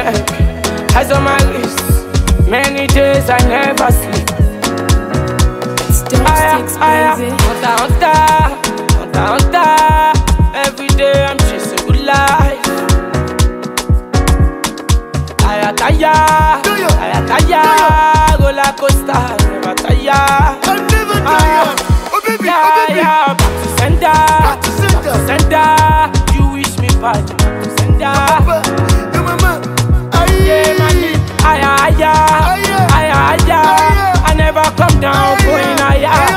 Eyes on my lips. Many days I never sleep. Aya, Statistics, aya, baby. hunter, hunter, hunter, hunter. Every day I'm chasing good life. Aya, taya, aya, taya. Roller coaster, never tire. Taya, back to sender, sender. You wish me pardon, back to sender. Aya, aya, Aya. aya, aya. Aya. I never come down, going higher.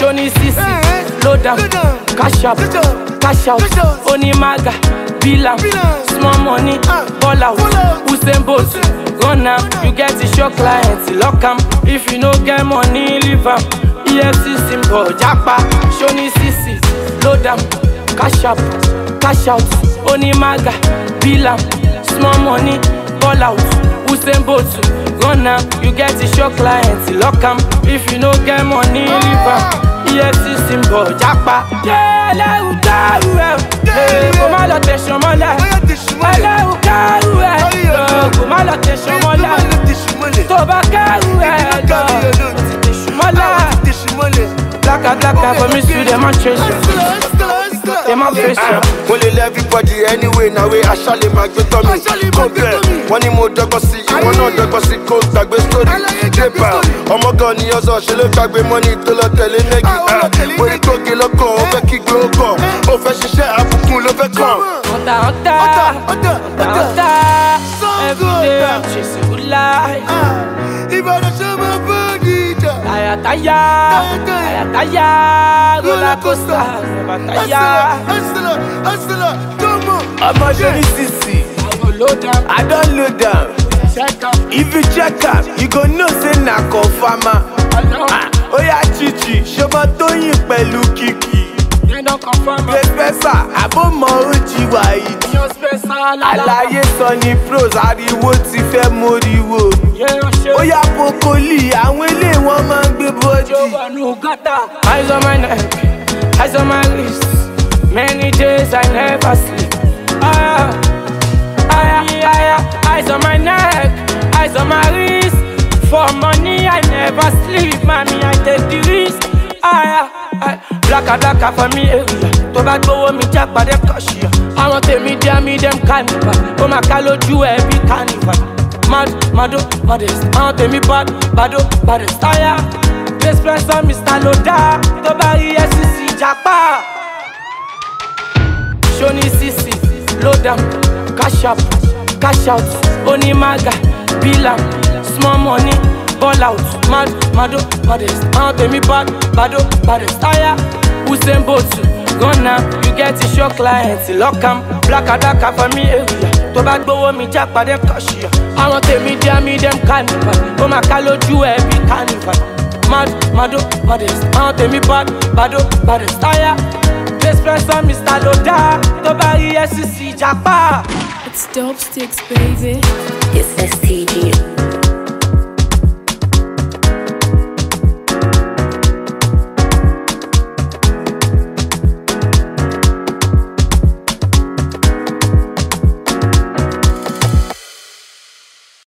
Johnny Sisi, Eh, load up, load up, cash up, load up, cash out, cash out. Onimaga, Bilam, Bilam. small money, Ah, ball out, ball out. Usain Bolt, Usain. run am, Run am. you get it, your clients, lock am, if you no get money, leave am, EFC symbol, Japa, Johnny Sisi, load up, cash up, cash out, Onimaga, Bilam, small money, ball out, Usain Bolt, run am, you get it, your clients, lock am, if you no get money, leave am. EFCC ń bọ̀ jápa. Ẹlẹ́rù dárú ẹ̀ o, kò má lọ tẹ̀sán mọ́lẹ̀. Ẹlẹ́rù dárú ẹ̀ o, kò má lọ tẹ̀sán mọ́lẹ̀. Tó o bá kẹ́rù ẹ̀ lọ, tẹ̀sán mọ́lẹ̀. Blaka blaka for me to dem treasure, dem face am. mo lè lẹ everybody anyway na wey aṣálẹ̀ máa gbé tọ́ mi Aṣálẹ̀ máa kò gbé bẹ̀ tọ́ mi. wọ́n ní mo dọ́gbọ́n sí ìwọ náà dọ́gbọ́n sí kó gbàgbé sórí Aláyé gbàgbé débà story. ọmọ gan ni ọ̀sán ṣe ló gbàgbé mọ́ni tó lọ tẹ̀lé nẹ́gì Ah, ó lọ tẹ̀lé mo rí nẹ́gì. kóge lọ́kàn ó fẹ́ kígbe ó kàn Eh. ó fẹ́ ṣiṣẹ́ àbùkù ló fẹ́ kàn. Ọ̀tá ọ̀tá, ọ̀tá ọ̀tá, everyday I'm chasing good life. Àyàtáyà, àyàtáyà, roller coaster, never tire. Omo Johnny Sisi, I don load am. If you check am, you go know say na confirmer. Ah, Oya chichi, ṣọmọ Tóyìn pẹ̀lú kìkì. Pẹ́pẹ́sà, àbọ̀mọ̀ ó ti wà yìí. um Àlàyé sọ ni pros, ariwo ti fẹ́ moriwo. um Oya pokoli, àwọn eléyìí wọ́n máa ń gbé bọ́dì. Eyes on my neck, eyes on my wrist. Many days I never sleep. Ah, ah, ah, ah, eyes on my neck, eyes on my wrist. For money I never sleep, mommy I take the risk. Ah, ah, ah, blaka blaka for me area. Tó bá gbowó mi jápa dem kọ̀ṣì yà. Àwọn tèmi dá mi dem kánìfà. Ó máa ká lójú ẹ bí kánìfà. Mad, mado, madest. Àwọn tèmi bad, bado, badest. Aya despresso mr loda tó bá rí E ncc japa sóní cc lodam cash up cash out onímàgà bílam small money ball out mad mado modest àwọn tèmi bad bado badest aya usain bolt gọ́nà you get it your client lọ́kàm blakadaka for me area tó bá gbowó mi jápa dem kọ́ṣíà àwọn tèmi dá mi dem kánìfà ó máa ká lójú ẹ bí kánìfà mad, mado, modest. Àwọn tèmi bad, bado, badest. Aya, despresso, Mr. Loda. Tó bá rí SCC Japa. It's dope sticks, baby. It's STG.